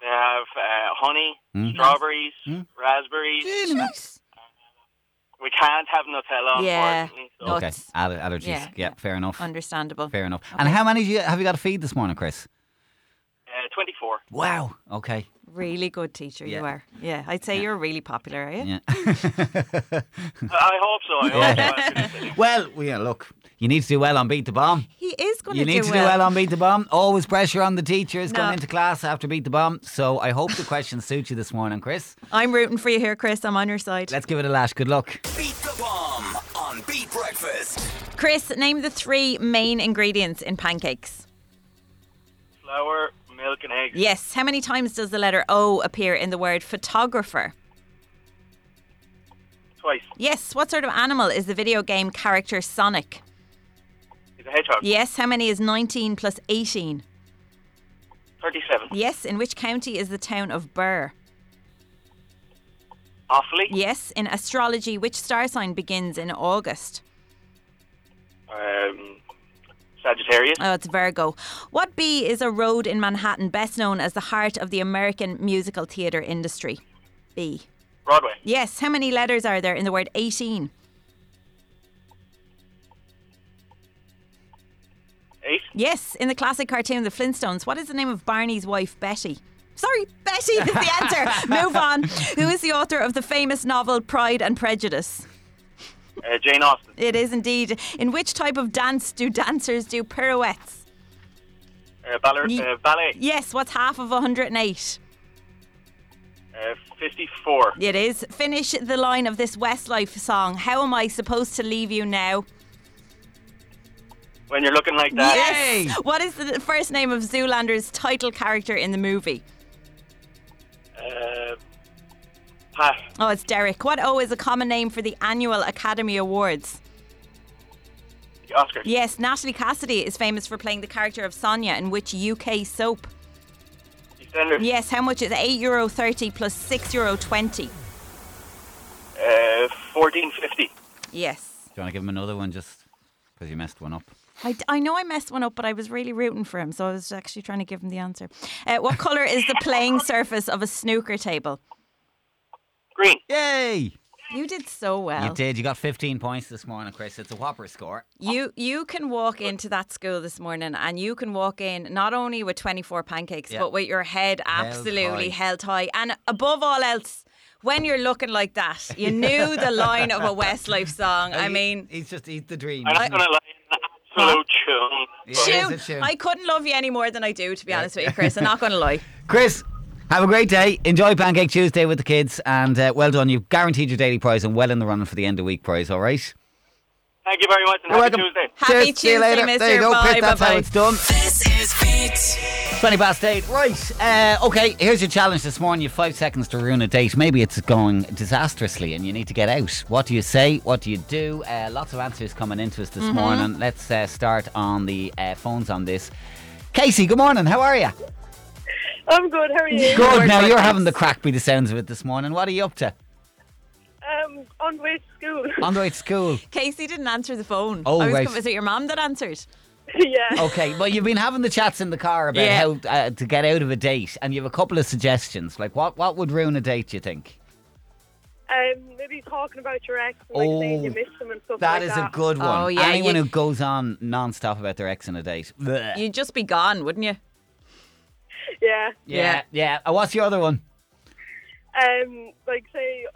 G: They have uh, honey, strawberries, raspberries. We can't have Nutella,
E: Yeah.
G: unfortunately. So.
E: No.
D: Okay,
E: Nuts.
D: Aller- allergies. Yeah,
E: Yeah, yeah.
D: fair enough.
E: Understandable.
D: fair enough. And how many do you, have you got to feed this morning, Chris?
G: Uh, 24.
D: Wow. Okay.
E: Really good teacher
D: Yeah.
E: you are. Yeah, I'd say you're really popular, are you?
D: Yeah.
G: I hope so. I hope so. actually.
D: well, well, yeah, look, you need to do well on Beat the Bomb.
E: He is going
D: You
E: do
D: need to do well on Beat the Bomb. Always pressure on the teachers
E: No.
D: going into class after Beat the Bomb. So I hope the questions suit you this morning, Chris.
E: I'm rooting for you here, Chris. I'm on your side.
D: Let's give it a lash. Good luck.
A: Beat the bomb on Beat Breakfast.
E: Chris, name the three main ingredients in pancakes.
G: Flour, milk, and eggs.
E: Yes. How many times does the letter O appear in the word photographer?
G: Twice.
E: Yes. What sort of animal is the video game character Sonic?
G: He's a hedgehog.
E: Yes. How many is 19 plus 18?
G: 37.
E: Yes. In which county is the town of Burr?
G: Awfully.
E: Yes. In astrology, which star sign begins in August?
G: Um, Sagittarius.
E: Oh, it's Virgo. What B is a road in Manhattan best known as the heart of the American musical theatre industry? B.
G: Broadway.
E: Yes. How many letters are there in the word 18?
G: Eight.
E: Yes. In the classic cartoon The Flintstones, what is the name of Barney's wife, Betty? Sorry, Betty is the answer. Move on. Who is the author of the famous novel Pride and Prejudice?
G: Uh, Jane Austen.
E: It is indeed. In which type of dance do dancers do pirouettes?
G: Uh, baller,
E: Ye-
G: uh, ballet.
E: Yes. What's half of 108?
G: Uh, 54.
E: It is. Finish the line of this Westlife song. How am I supposed to leave you now?
G: When you're looking like that.
E: Yes. What is the first name of Zoolander's title character in the movie?
G: Uh, pass.
E: Oh, it's Derek. What O is a common name for the annual Academy Awards?
G: The Oscars.
E: Yes, Natalie Cassidy is famous for playing the character of Sonia in which UK soap?
G: EastEnders.
E: Yes, how much is €8.30 plus €6.20?
G: Uh, 1450.
E: Yes.
D: Do you want to give him another one just because you messed one up?
E: I, d- I know I messed one up, but I was really rooting for him, so I was actually trying to give him the answer. Uh, what colour is the playing surface of a snooker table?
G: Green.
D: Yay!
E: You did so well.
D: You did. You got 15 points this morning, Chris. It's a whopper score.
E: You you can walk into that school this morning and you can walk in not only with 24 pancakes
D: Yeah.
E: but with your head absolutely
D: high.
E: held high and above all else when you're looking like that you knew the line of a Westlife song I mean
D: he's just, he's the dream.
G: I'm
D: isn't
G: not going to lie. it's an Absolute tune.
D: Yeah. It is a tune.
E: shoot, I couldn't love you any more than I do to be honest with you Chris I'm not going to lie
D: he? Chris, have a great day. Enjoy Pancake Tuesday with the kids. And uh, well done. You've guaranteed your daily prize and well in the running for the end of week prize, all right?
G: Thank you very much and
D: You're
G: happy
D: welcome.
G: Tuesday.
E: Happy
D: Cheers. See you
E: Tuesday,
D: later.
E: mister.
D: There you go,
E: Bye,
D: Chris. That's how
E: bye-bye.
D: it's done.
F: This is Beat.
D: 20 past 8. Right. Uh, okay, here's your challenge this morning. You have five seconds to ruin a date. Maybe it's going disastrously and you need to get out. What do you say? What do you do? Uh, lots of answers coming into us this
E: Mm-hmm.
D: morning. Let's uh, start on the uh, phones on this. Casey, good morning. How are you?
H: I'm good. How are you?
D: Good. Now,
E: Good,
D: you're
E: thanks.
D: having the crack by the sounds of it this morning. What are you up to?
H: Um, on the way to school.
D: On the way to school.
E: Casey didn't answer the phone
D: Oh,
E: I was
D: right.
E: conv- was it your mum that answered
H: yeah.
D: Okay, well, you've been having the chats in the car about
E: Yeah.
D: how uh, to get out of a date, and you have a couple of suggestions. Like, what, what would ruin a date, you think?
H: Um, maybe talking about your ex and like saying you
D: Oh,
H: miss them and stuff
D: That
H: like
D: is
H: that.
D: a good one.
E: Oh, yeah,
D: Anyone
E: you-
D: who goes on non-stop about their ex in a date. Blech.
E: You'd just be gone, wouldn't you?
H: Yeah.
D: yeah, yeah. Oh, what's your other one?
H: Um, like say,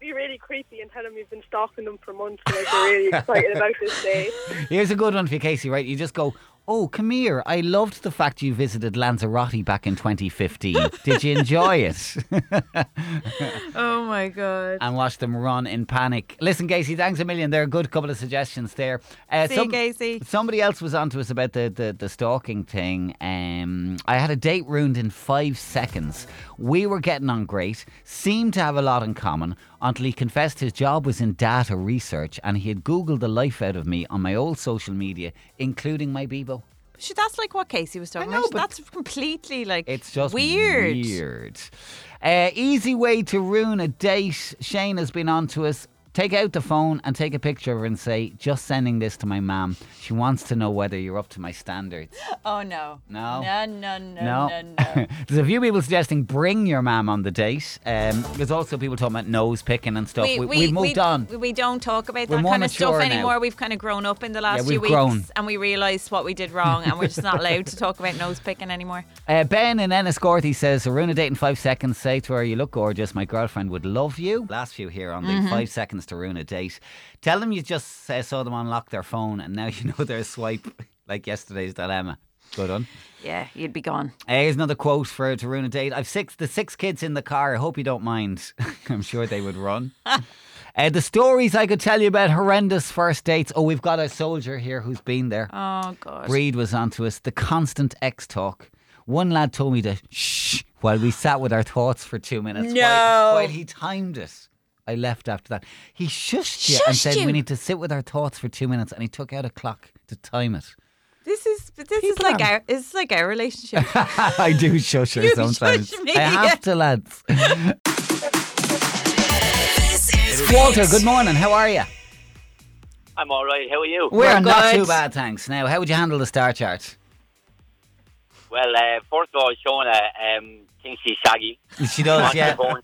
H: be really creepy and tell them you've been stalking them for months. and, Like you're really excited about this day.
D: Here's a good one for you, Casey, right? You just go, Oh, come here. I loved the fact you visited Lanzarote back in 2015. Did you enjoy it?
E: Oh my god.
D: and watch them run in panic. Listen, Casey, thanks a million. There are a good couple of suggestions there. Uh,
E: See you, Casey.
D: Somebody else was on to us about the, the, the stalking thing. Um, I had a date ruined in five seconds. We were getting on great, seemed to have a lot in common, until he confessed his job was in data research and he had Googled the life out of me on my old social media, including my Bebo.
E: She, that's like what Casey was talking
D: I know,
E: about.
D: but-
E: That's completely like
D: It's just
E: weird.
D: Weird. Uh, easy way to ruin a date. Shane has been on to us. Take out the phone and take a picture of her and say, "Just sending this to my mum. She wants to know whether you're up to my standards."
E: Oh no.
D: No.
E: No, no, no, no, no.
D: There's a few people suggesting bring your mum on the date. Um, there's also people talking about nose picking and stuff. We, have moved
E: we,
D: on.
E: We, we don't talk about
D: We're
E: that
D: more
E: kind of
D: mature
E: stuff
D: now.
E: anymore. We've kind of grown up in the last
D: Yeah,
E: few
D: we've
E: weeks
D: grown.
E: and we realised what we did wrong and we're just not allowed to talk about nose picking anymore.
D: Uh, ben in Enniscorthy says, ruin a date in five seconds. Say to her, you look gorgeous. My girlfriend would love you. Last few here on the five seconds to ruin a date. Tell them you just uh, saw them unlock their phone and now you know their swipe, like yesterday's dilemma. Good one.
E: Yeah, you'd be gone.
D: Uh, here's another quote for to ruin a date. I've six the six kids in the car. I hope you don't mind. I'm sure they would run. uh, the stories I could tell you about horrendous first dates. Oh, we've got a soldier here who's been there.
E: Oh god.
D: Breed was onto us. The constant X talk. One lad told me to shh while we sat with our thoughts for two minutes. No. While, while he timed it. I left after that. He shushed you and
E: Shushed
D: said
E: you?
D: we need to sit with our thoughts for two minutes, and he took out a clock to time it.
E: This is but this is
D: People
E: like
D: are-
E: our this is like our relationship.
D: I do shush her
E: You
D: sometimes.
E: shush me.
D: I have to, lads. Walter, good morning. How are you?
G: I'm all right. How are you?
D: We're, not
E: good.
D: too bad, thanks. Now, how would you handle the star chart?
G: Well, uh, first of all, Shona um, thinks she's shaggy.
D: She does,
G: Wants
D: yeah.
G: her phone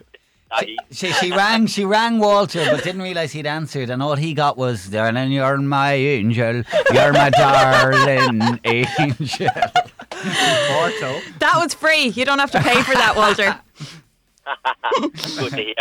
G: shaggy.
D: She, she rang she rang Walter but didn't realise he'd answered and all he got was darling you're my angel you're my darling angel Porto
E: that was free. You don't have to pay for that, Walter.
G: Good to hear.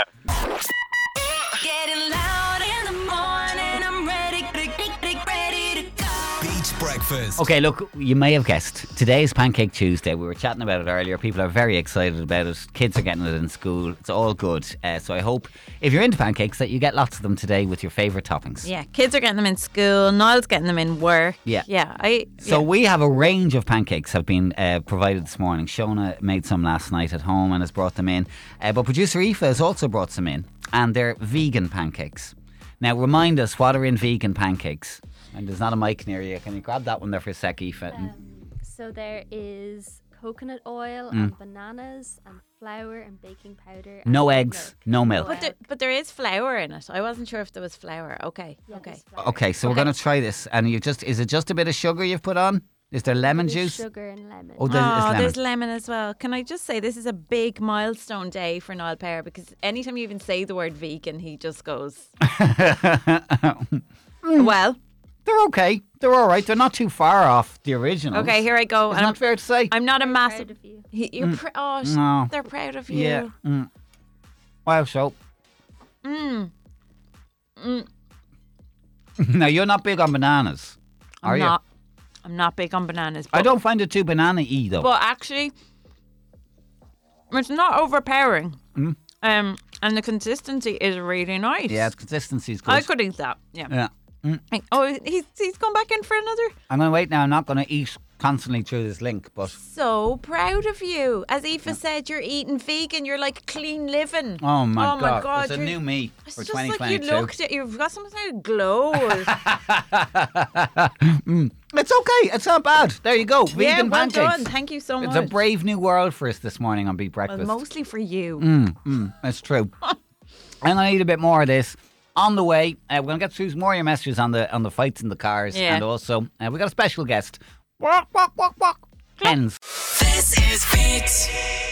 F: Getting loud in the morning. I'm ready, ready, ready, ready to go.
A: Beach breakfast.
D: Okay look you may have guessed today is Pancake Tuesday we were chatting about it earlier people are very excited about it kids are getting it in school it's all good uh, so I hope if you're into pancakes that you get lots of them today with your favourite toppings
E: yeah, kids are getting them in school. Niall's getting them in work.
D: Yeah.
E: yeah. I
D: So
E: yeah.
D: we have a range of pancakes have been uh, provided this morning. Shona made some last night at home and has brought them in. Uh, but producer Aoife has also brought some in, and they're vegan pancakes. Now remind us what are in vegan pancakes. And there's not a mic near you. Can you grab that one there for a sec, Aoife?
E: Uh,
I: So there is coconut oil and bananas and flour and baking powder. and
D: Mm. no
I: milk.
D: eggs, no milk.
E: but there, but there is flour in it. I wasn't sure if there was flour. Okay,
I: Yeah,
E: okay.
I: there's flour.
D: Okay, so we're
E: Okay.
D: gonna try this. And you just—is it just a bit of sugar you've put on? Is there lemon juice?
I: There's Sugar and lemon.
D: Oh,
E: Oh,
D: there is lemon.
E: there's lemon as well. Can I just say this is a big milestone day for Niall Power because anytime you even say the word vegan, he just goes,
D: Mm.
E: "Well,
D: They're okay. They're all right. They're not too far off the original.
E: okay, here I go."
D: It's
E: And I'm,
D: not fair to say.
E: I'm not a
I: Proud
E: massive.
I: of you.
E: He, you're pr- oh, sh-
D: No.
E: they're proud of you.
D: Yeah. Mm. Wow, so.
E: Mm.
D: Mm. now, you're not big on bananas,
E: I'm
D: are
E: not.
D: you?
E: I'm not big on bananas. But,
D: I don't find it too banana y, though.
E: But actually, it's not overpowering. Um, and the consistency is really nice.
D: Hmm. yeah, its consistency is good.
E: I could eat that. Yeah.
D: Yeah.
E: Oh, he's he's gone back in for another.
D: I'm going to wait now. I'm not going to eat constantly through this link, but.
E: so proud of you. As Aoife said, you're eating vegan. You're like clean living.
D: Oh my
E: oh my God
D: It's a
E: you're-
D: new me
E: It's
D: for
E: just like
D: 2022.
E: you looked at. You've got some kind of glow. yeah,
D: It's okay. It's not bad. There you go. Vegan
E: well
D: pancakes.
E: done. Thank you so
D: It's
E: much.
D: a brave new world for us this morning on Big
E: Well,
D: Breakfast.
E: mostly for you.
D: That's true. I'm going to eat a bit more of this. on the way. Uh, we're going to get through some more of your messages on the on the fights in the cars.
E: Yeah.
D: And also, uh, we got a special guest. Walk, walk, walk, walk. Hens.
F: This is Beat.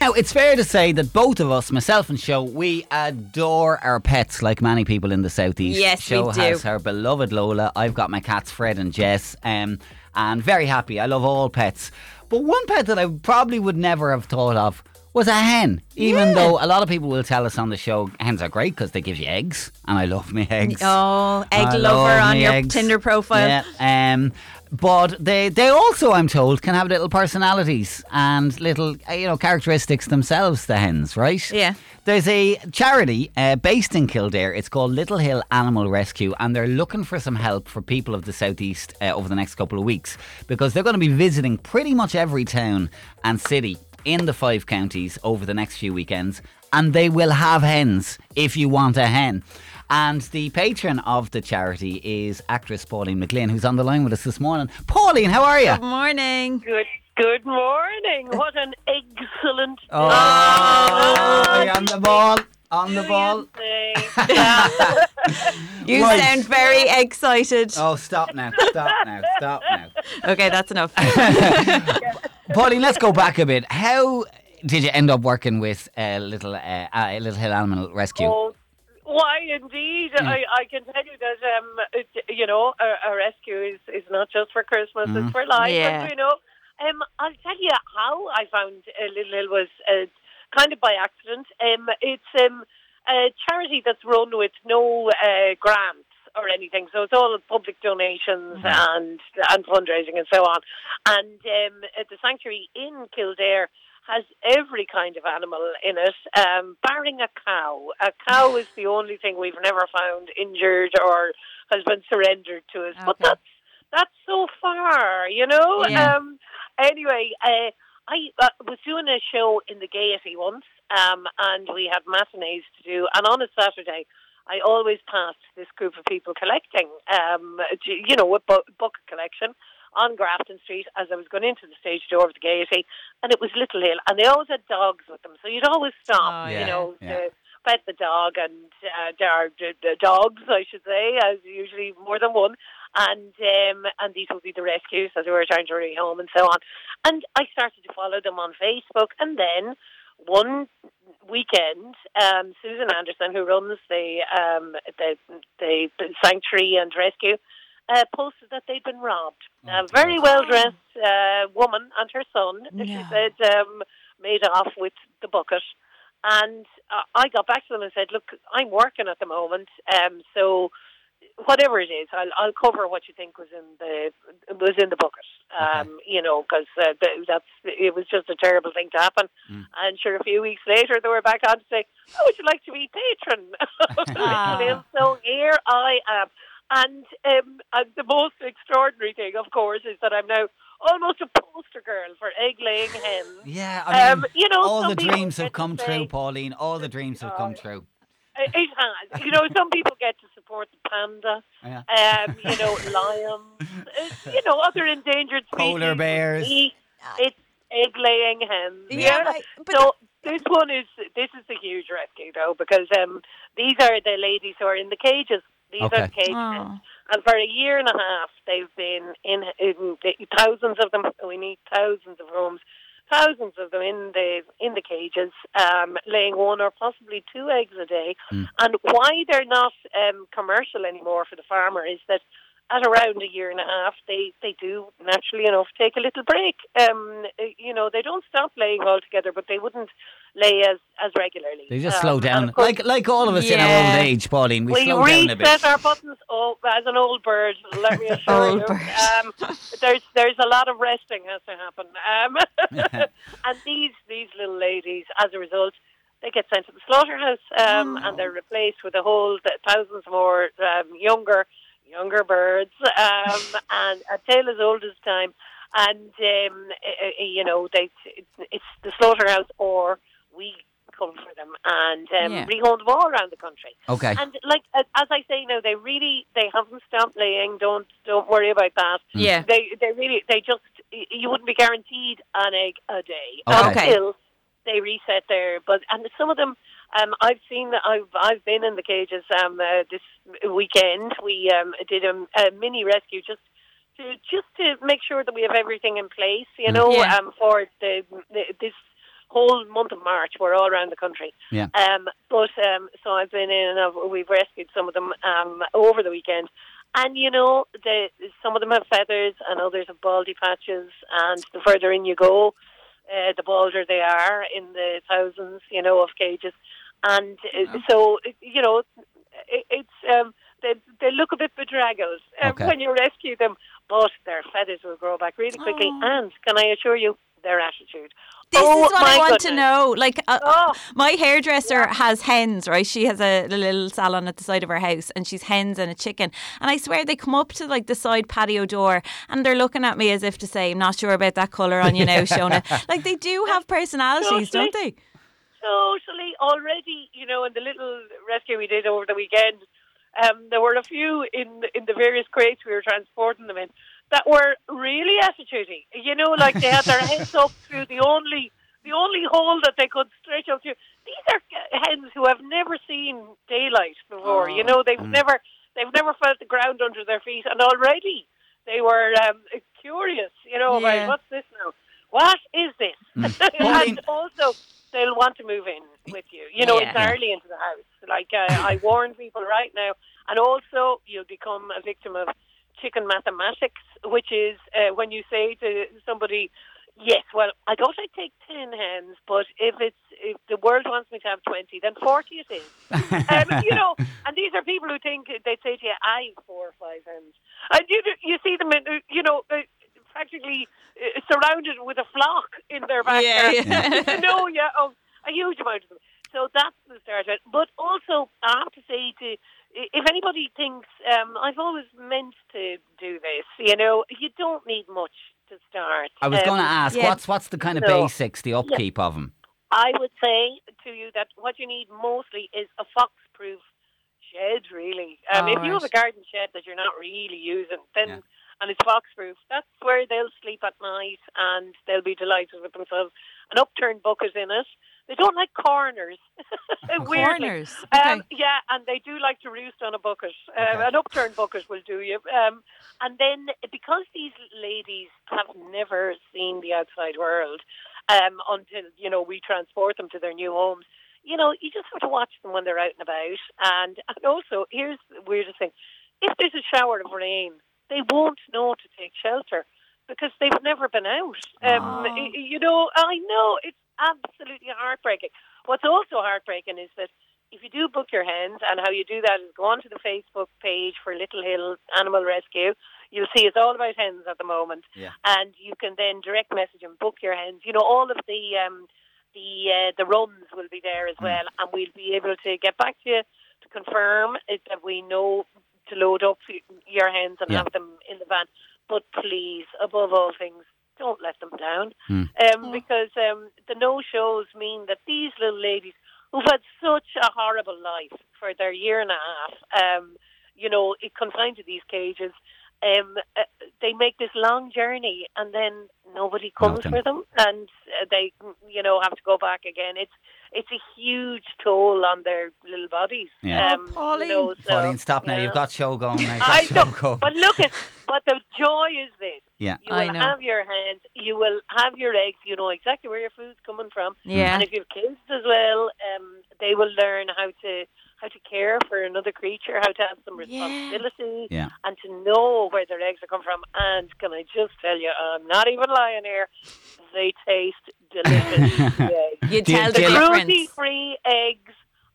D: Now, it's fair to say that both of us, myself and Show, we adore our pets like many people in the southeast.
E: Yes, we
D: Show
E: do.
D: has her beloved Lola. I've got my cats Fred and Jess, um, and very happy. I love all pets. But one pet that I probably would never have thought of was a hen. Even though a lot of people will tell us on the show, hens are great because they give you eggs, and I love my eggs.
E: Oh, egg
D: I
E: lover
D: love
E: on
D: me
E: your
D: eggs.
E: Tinder profile.
D: Yeah, um, but they they also, I'm told, can have little personalities and little uh, you know characteristics themselves. The hens, right?
E: Yeah.
D: There's a charity uh, based in Kildare. It's called Little Hill Animal Rescue, and they're looking for some help for people of the southeast uh, over the next couple of weeks because they're going to be visiting pretty much every town and city in the five counties over the next few weekends, and they will have hens if you want a hen. And the patron of the charity is actress Pauline McLean, who's on the line with us this morning. Pauline, how are you?
E: Good morning.
J: Good good morning. What an excellent
D: Oh, you're on the ball. On the ball.
J: day.
E: You
D: Right.
E: sound very excited.
D: Oh, stop now. Stop now. Stop now.
E: Okay, that's enough.
D: Pauline, let's go back a bit. How did you end up working with uh, little uh, uh, Little Hill Animal Rescue?
J: Oh, why, indeed. I, I can tell you that, um, it, you know, a, a rescue is, is not just for Christmas, it's for life,
E: Yeah.
J: you know. Um, I'll tell you how I found uh, Little Hill was uh, kind of by accident. Um, it's um, a charity that's run with no uh, grants or anything, so it's all public donations and and fundraising and so on. And um, uh, the sanctuary in Kildare has every kind of animal in it, um, barring a cow. A cow is the only thing we've never found injured or has been surrendered to us. But
E: Okay.
J: that's that's so far, you know.
E: Yeah.
J: Um, anyway, uh, I uh, was doing a show in the Gaiety once, um, and we had matinees to do. And on a Saturday, I always passed this group of people collecting, um, to- you know, a bu- book collection on Grafton Street as I was going into the stage door of the Gaiety, and it was Little Hill, and they always had dogs with them, so you'd always stop,
E: Oh,
J: you
E: yeah,
J: know.
D: yeah.
J: To, Pet the dog and uh, there are d- d- dogs, I should say, as usually more than one and um, and these would be the rescues as we were trying to hurry home and so on. And I started to follow them on Facebook, and then one weekend, um, Susan Anderson, who runs the um, the, the the sanctuary and rescue, uh, posted that they'd been robbed. a very well dressed uh, woman and her son, she
E: No.
J: said, um, made off with the bucket. And uh, I got back to them and said, "Look, I'm working at the moment, um, so whatever it is, I'll, I'll cover what you think was in the was in the bucket. Um, You know, because uh, th- that's it was just a terrible thing to happen. And sure, a few weeks later, they were back on to say, "How would you like to be patron?"
E: Ah.
J: Well, so here I am, and um, and the most extraordinary thing, of course, is that I'm now almost a poster girl for egg laying hens.
D: yeah, I mean,
J: um, you know,
D: all
J: some
D: the
J: people
D: dreams
J: get
D: have
J: to
D: come
J: say- uh,
D: true, Pauline. All the dreams have come true.
J: It it has. You know, some people get to support the panda,
D: Yeah.
J: um, you know, lions, uh, you know, other endangered species.
D: Polar bears.
J: We- It's egg laying hens.
E: Yeah, but- but-
J: so this one is this is a huge rescue though because um, these are the ladies who are in the cages. These
D: Okay.
J: are the cages.
E: Oh.
J: And for a year and a half, they've been in, in the, thousands of them. We need thousands of rooms, thousands of them in the in the cages, um, laying one or possibly two eggs a day.
D: Hmm.
J: And why they're not um, commercial anymore for the farmer is that at around a year and a half, they they do naturally enough take a little break. Um, you know, they don't stop laying altogether, but they wouldn't lay as as regularly.
D: They just
J: Um,
D: slow
J: and
D: down,
J: of course-
D: like like all of us in our
E: Yeah.
D: old age, Pauline. We,
J: we
D: slow down a bit.
J: reset our buttons oh, as an old bird. Let me assure
E: Old
J: you,
E: bird.
J: Um, there's there's a lot of resting has to happen. Um, and these these little ladies, as a result, they get sent to the slaughterhouse, um,
D: Oh.
J: and they're replaced with a whole th- thousands more um, younger younger birds, um, and a tale as old as time. And um, eh, eh, you know, they it's the slaughterhouse, or we come for them and um,
E: Yeah.
J: rehome them all around the country.
D: Okay.
J: And like as, as I say now, they really they haven't stopped laying. Don't don't worry about that.
E: Yeah.
J: They they really they just y- you wouldn't be guaranteed an egg a day
D: Okay.
E: Okay.
J: until they reset their. But and some of them Um, I've seen. I've I've been in the cages. Um, uh, this weekend we um did a, a mini rescue just to just to make sure that we have everything in place. You know,
E: Mm. Yeah.
J: um, for the, the this whole month of March, we're all around the country.
D: Yeah.
J: Um, but um, so I've been in and I've, we've rescued some of them um, over the weekend. And you know, the, some of them have feathers, and others have baldy patches. And the further in you go, uh, the bolder they are in the thousands, you know, of cages. And uh, so, you know, it, it's um, they, they look a bit bedraggled um,
D: Okay.
J: when you rescue them, but their feathers will grow back really quickly. And can I assure you, their attitude.
E: Oh. This
J: Oh,
E: is what I
J: my
E: want to
J: goodness.
E: know. Like, uh,
J: Oh.
E: my hairdresser has hens, right? She has a little salon at the side of her house, and she's hens and a chicken. And I swear they come up to like the side patio door, and they're looking at me as if to say, "I'm not sure about that color on you now, Shona." Like they do have personalities, don't they?
J: Totally. Already, you know, in the little rescue we did over the weekend, um, there were a few in in the various crates we were transporting them in that were really attitudey. You know, like they had their heads up through the only the only hole that they could stretch up through. These are hens who have never seen daylight before. You know, they've never they've never felt the ground under their feet, and already they were um, curious. You know,
E: Yeah. Mm.
J: about what's this now? What is this?
D: Pauline-
J: and also, they'll want to move in with you. You know,
E: Yeah.
J: entirely into the house. Like uh, I warn people right now, and also you'll become a victim of chicken mathematics, which is uh, when you say to somebody, "Yes, well, I thought I'd take ten hens, but if it's if the world wants me to have twenty, then forty it is." um, you know, and these are people who think uh, they say to you, "I have four or five hens," and you you see them in you know. Uh, Practically uh, surrounded with a flock in their backyard.
E: Yeah.
J: you know, yeah, of a huge amount of them. So that's the start. of it. But also, I have to say to if anybody thinks um, I've always meant to do this, you know, you don't need much to start.
D: I was
J: Um,
D: going to ask,
E: yeah.
D: what's what's the kind of
J: No.
D: basics, the upkeep of 'em?
J: I would say to you that what you need mostly is a fox-proof shed, really. Um,
E: Oh,
J: if you have a
E: right.
J: garden shed that you're not really using, then
D: Yeah.
J: and it's fox-proof, that's where they'll sleep at night and they'll be delighted with themselves. An upturned book is in it. They don't like corners. Weirdly.
E: Corners. Okay.
J: Um, yeah, and they do like to roost on a bucket. Um, An upturned bucket will do you. Um, and then because these ladies have never seen the outside world um, until you know we transport them to their new homes, you know you just have to watch them when they're out and about. And, and also, here's the weirdest thing: if there's a shower of rain, they won't know to take shelter because they've never been out. Um, y- You know, I know it's absolutely heartbreaking. What's also heartbreaking is that if you do book your hens, and how you do that is go onto the Facebook page for Little Hill Animal Rescue. You'll see it's all about hens at the moment,
D: Yeah.
J: and you can then direct message and book your hens. You know, all of the um, the uh, the runs will be there as well, and we'll be able to get back to you to confirm it, that we know to load up y- your hens and
D: Yeah.
J: have them in the van. But please, above all things, don't let them down,
D: Mm.
J: um, because um, the no shows mean that these little ladies who've had such a horrible life for their year and a half, um, you know, it confined to these cages. Um, uh, they make this long journey, and then nobody comes
D: Nothing.
J: for them, and uh, they, you know, have to go back again. It's it's a huge toll on their little bodies.
D: Yeah.
J: Um,
E: Pauline.
J: you know, so,
D: Pauline, stop now.
J: yeah.
D: You've got show going. Now. You've got
J: I
D: show
J: know,
D: going.
J: but look at but the joy is this.
D: Yeah.
J: You will
E: I know.
J: have your hands. You will have your eggs. You know exactly where your food's coming from.
E: Yeah.
J: And if you have kids as well, um, they will learn how to how to care for another creature, how to have some responsibility,
D: Yeah.
J: and to know where their eggs are coming from. And can I just tell you, I'm not even lying here. They taste delicious. the eggs.
E: You
D: Do-
E: tell
D: do
E: the
D: you-
E: difference.
J: Cruelty-free eggs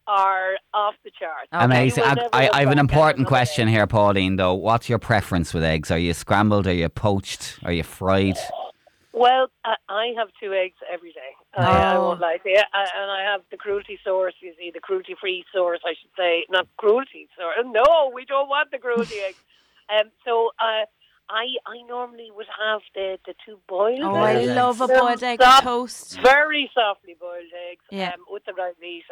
J: are off the charts.
E: Okay.
D: Amazing.
J: You will
D: I,
J: never
D: I,
J: look
D: I have an
J: back at
D: important
J: another
D: question here, Pauline. Though, what's your preference with eggs? Are you scrambled? Are you poached? Are you fried?
J: Well, I, I have two eggs every day. I, I
E: Oh.
J: won't lie to you. I, and I have the cruelty source, you see, the cruelty free source, I should say. Not cruelty source. Oh, No, we don't want the cruelty eggs. Um, so uh, I I normally would have the, the two boiled
E: Oh, I
J: eggs.
E: love a
J: Some
E: boiled egg
J: soft,
E: toast.
J: Very softly boiled eggs
E: Yeah.
J: um, with the rosita.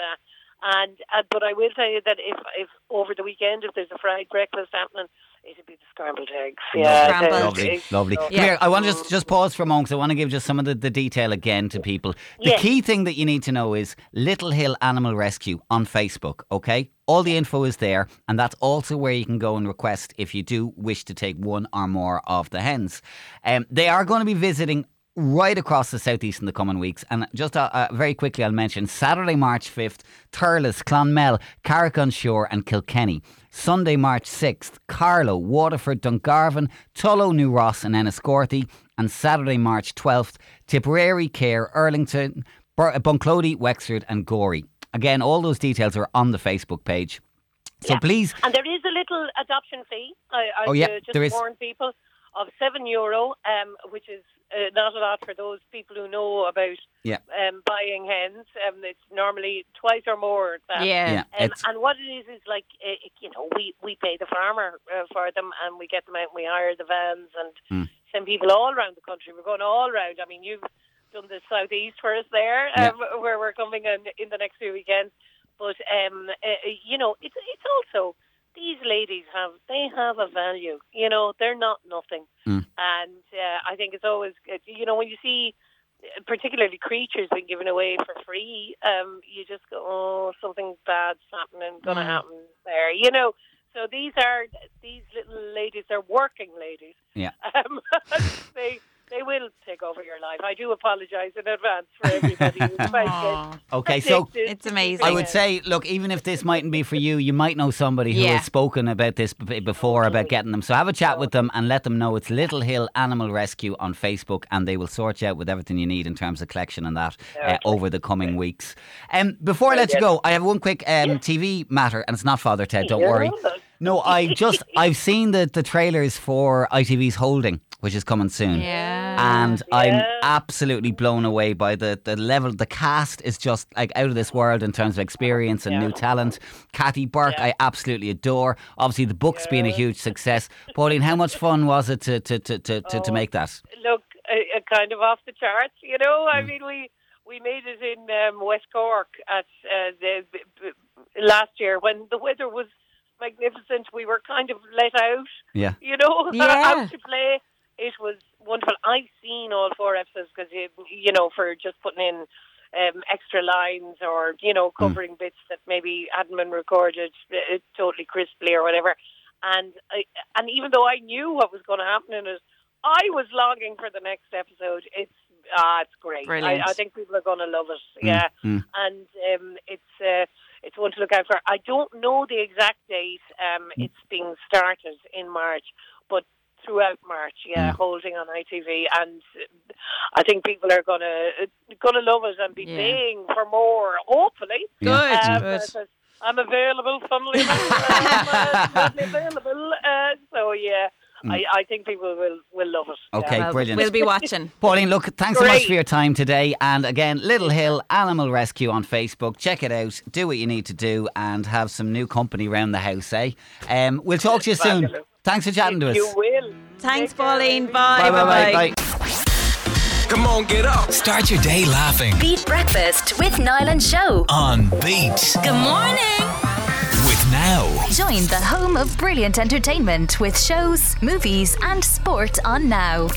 J: uh, And uh, but I will tell you that if if over the weekend if there's a fried breakfast happening, It'd be the scrambled eggs.
D: Lovely,
J: Yeah, the-
D: lovely,
J: it's-
D: lovely.
J: so-
D: Come here, I want to just, just pause for a moment 'cause I want to give just some of the, the detail again to people. The
J: Yes.
D: key thing that you need to know is Little Hill Animal Rescue on Facebook, okay? All the info is there, and that's also where you can go and request if you do wish to take one or more of the hens. Um, they are going to be visiting right across the southeast in the coming weeks. And just uh, uh, very quickly, I'll mention Saturday, March 5th, Thurles, Clonmel, Carrick-on-Shore, and Kilkenny. Sunday, March 6th, Carlow, Waterford, Dungarvan, Tullow, New Ross, and Enniscorthy. And Saturday, March 12th, Tipperary, Care, Erlington, Bur- uh, Bunclody, Wexford, and Gorey. Again, all those details are on the Facebook page. So
J: Yeah.
D: please,
J: And there is a little adoption fee. I, I
D: Oh, yeah,
J: uh, just
D: there is.
J: warn people of seven euro, um, which is uh, not a lot for those people who know about
D: Yeah.
J: um, buying hens. Um, it's normally twice or more. Than,
D: Yeah. Yeah,
J: Um,
D: it's-
J: and what it is is like uh, you know we we pay the farmer uh, for them, and we get them out. and We hire the vans and
D: Mm.
J: send people all around the country. We're going all around. I mean, you've done the southeast for us there,
D: Yeah.
J: um, where we're coming in, in the next few weekends. But um, uh, you know, it's it's also these ladies have they have a value. You know, they're not nothing,
D: Mm.
J: and uh, I think it's always good. You know, when you see uh, particularly creatures being given away for free, um, you just go, oh, something bad's happening, going to
E: Mm.
J: happen there. You know. So these are these little ladies. They're working ladies.
D: Yeah.
J: Um, they they will take over your life. I do apologise in advance for everybody. who might get
E: Aw.
D: okay, so.
J: addicted
E: It's
J: to
E: amazing.
D: I
J: keeping
D: would
J: it.
D: say, look, even if this mightn't be for you, you might know somebody who
E: Yeah.
D: has spoken about this b- before about getting them. So have a chat with them and let them know it's Little Hill Animal Rescue on Facebook, and they will sort you out with everything you need in terms of collection and that uh, over the coming weeks. Um, before I let you go, I have one quick um, TV matter, and it's not Father Ted. Don't worry. No, I just I've seen the the trailers for ITV's Holding, which is coming soon
E: Yeah.
D: and I'm
J: Oh, Yeah.
D: absolutely blown away by the, the level. The cast is just like out of this world in terms of experience and new talent. Kathy Burke, I absolutely adore. Obviously, the book's been a huge success. Pauline, how much fun was it to to to to,
J: Oh,
D: to, to make that?
J: look uh, uh, kind of off the charts. You know, I mean, we we made it in um, West Cork at uh, the, b- b- last year when the weather was magnificent. We were kind of let out.
D: Yeah.
J: You know,
E: Yeah.
J: out to play. It was wonderful. I've seen all four episodes because you, you know for just putting in um, extra lines or you know covering bits that maybe hadn't been recorded uh, totally crisply or whatever. And I, and even though I knew what was going to happen in it, I was longing for the next episode. It's ah, it's great. I,
E: Brilliant.
J: I think people are going to love it.
D: Mm,
J: Yeah,
D: mm.
J: and um, it's uh, it's one to look out for. I don't know the exact date. Um,
D: Mm.
J: it's being started in March, but throughout March, yeah,
D: Mm.
J: holding on ITV, and uh, I think people are going to going to love it and be
E: Yeah.
J: paying for more. Hopefully,
E: Good.
J: um,
E: Good.
J: as I said, I'm available, funnily enough. I'm, uh, readily available. Uh, so, yeah, I, I think people will, will love it. Um, yeah.
D: Mm. Okay,
E: Well,
D: brilliant.
E: We'll be watching.
D: Pauline, look, thanks so much for
J: Great.
D: your time today. And again, Little Hill Animal Rescue on Facebook. Check it out. Do what you need to do and have some new company round the house, eh? Um, we'll talk to you soon.
J: Fabulous.
D: Thanks for chatting to us.
J: You will.
E: Thanks,
J: Take care,
E: Pauline.
J: everybody.
E: Bye. Bye.
D: bye.
E: Bye.
A: Come on, get up. Start your day laughing
C: Beat Breakfast with Niall and Show.
A: on Beat
F: Good morning.
A: with Now.
C: Join the home of brilliant entertainment with shows, movies, and sport on now.